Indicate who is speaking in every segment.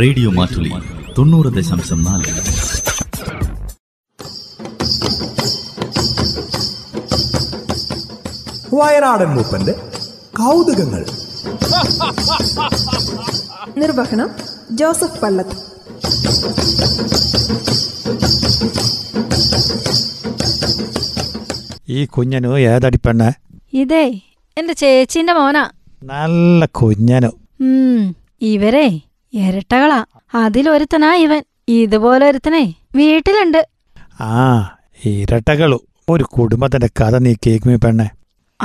Speaker 1: radio Mattoli തൊണ്ണൂറ് ദശാംശം നാല്
Speaker 2: വയനാടൻ മൂപ്പന്റെ കൗതുകങ്ങൾ
Speaker 3: നിർവഹണം ജോസഫ് പള്ളത്ത്
Speaker 4: ഈ കുഞ്ഞനു ഏതടി പെണ്ണെ
Speaker 5: ഇതേ എന്റെ ചേച്ചീന്റെ മോനാ
Speaker 4: നല്ല കുഞ്ഞനു
Speaker 5: ഉം ഇവരെ ഇരട്ടകളാ അതിലൊരുത്തനാ ഇവൻ ഇതുപോലെ ഒരുത്തനെ വീട്ടിലുണ്ട്
Speaker 4: ആ ഇരട്ടകളു ഒരു കുടുംബത്തിന്റെ കഥ നീ കേൾക്കുമി പെണ്ണെ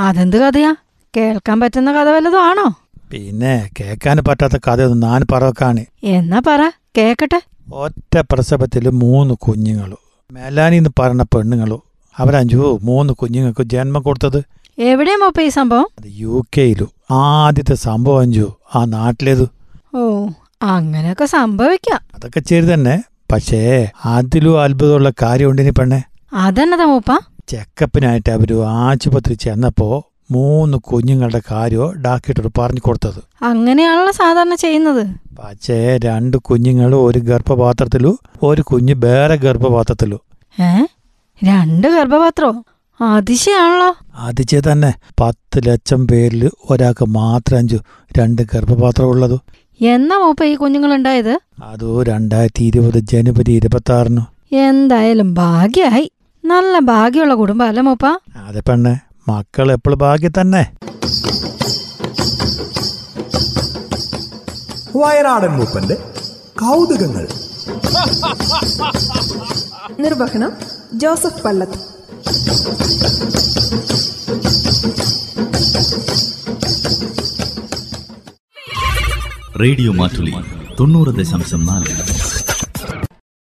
Speaker 5: അതെന്ത് കഥയാ കേൾക്കാൻ പറ്റുന്ന കഥ വല്ലതും ആണോ
Speaker 4: പിന്നെ കേൾക്കാൻ പറ്റാത്ത കഥയൊന്നും ഞാൻ പറക്കാണ്
Speaker 5: എന്നാ പറ കേക്കട്ടെ
Speaker 4: ഒറ്റ പ്രസവത്തിൽ മൂന്ന് കുഞ്ഞുങ്ങളു മെലാനി എന്ന് പറയുന്ന പെണ്ണുങ്ങളു അവരഞ്ചു മൂന്ന് കുഞ്ഞുങ്ങൾക്ക് ജന്മം കൊടുത്തത്
Speaker 5: എവിടെയാ മൂപ്പ ഈ സംഭവം
Speaker 4: അത് യു കെയിലു ആദ്യത്തെ സംഭവം അഞ്ചു ആ നാട്ടിലേതു
Speaker 5: ഓ അങ്ങനെയൊക്കെ സംഭവിക്കാം
Speaker 4: അതൊക്കെ ശരി തന്നെ പക്ഷേ അതിലും അത്ഭുതമുള്ള കാര്യമുണ്ടിനി പെണ്ണെ
Speaker 5: അതെന്നതാ മൂപ്പ
Speaker 4: ചെക്കപ്പിനായിട്ട് അവർ ആശുപത്രി ചെന്നപ്പോൾ മൂന്ന് കുഞ്ഞുങ്ങളുടെ കാര്യം ഡാക്ടറോട് പറഞ്ഞു കൊടുത്തത്
Speaker 5: അങ്ങനെയാണല്ലോ സാധാരണ ചെയ്യുന്നത്
Speaker 4: പക്ഷേ രണ്ട് കുഞ്ഞുങ്ങളും ഒരു ഗർഭപാത്രത്തിലും ഒരു കുഞ്ഞ് വേറെ ഗർഭപാത്രത്തിലും
Speaker 5: ഏ രണ്ട് ഗർഭപാത്രോ അതിശയാണല്ലോ
Speaker 4: അതിച്ച് തന്നെ പത്ത് ലക്ഷം പേരിൽ ഒരാൾക്ക് മാത്രം അഞ്ചു രണ്ട് ഗർഭപാത്രം ഉള്ളതു
Speaker 5: എന്നാ മൂപ്പ ഈ കുഞ്ഞുങ്ങളുണ്ടായത്
Speaker 4: അതോ രണ്ടായിരത്തി ഇരുപത് ജനുവരി ഇരുപത്തി ആറിന്
Speaker 5: എന്തായാലും ഭാഗ്യായി നല്ല ഭാഗ്യമുള്ള കുടുംബം അല്ലേ മൂപ്പ
Speaker 4: അതെ പെണ്ണെ മക്കൾ എപ്പോഴും ഭാഗ്യം തന്നെ
Speaker 2: വയനാടൻ മൂപ്പന്റെ കൗതുകങ്ങൾ
Speaker 3: നിർവഹണം ജോസഫ് പള്ളത്ത്
Speaker 1: റേഡിയോ മാറ്റുലി തൊണ്ണൂറ് ദശാംശം നാല്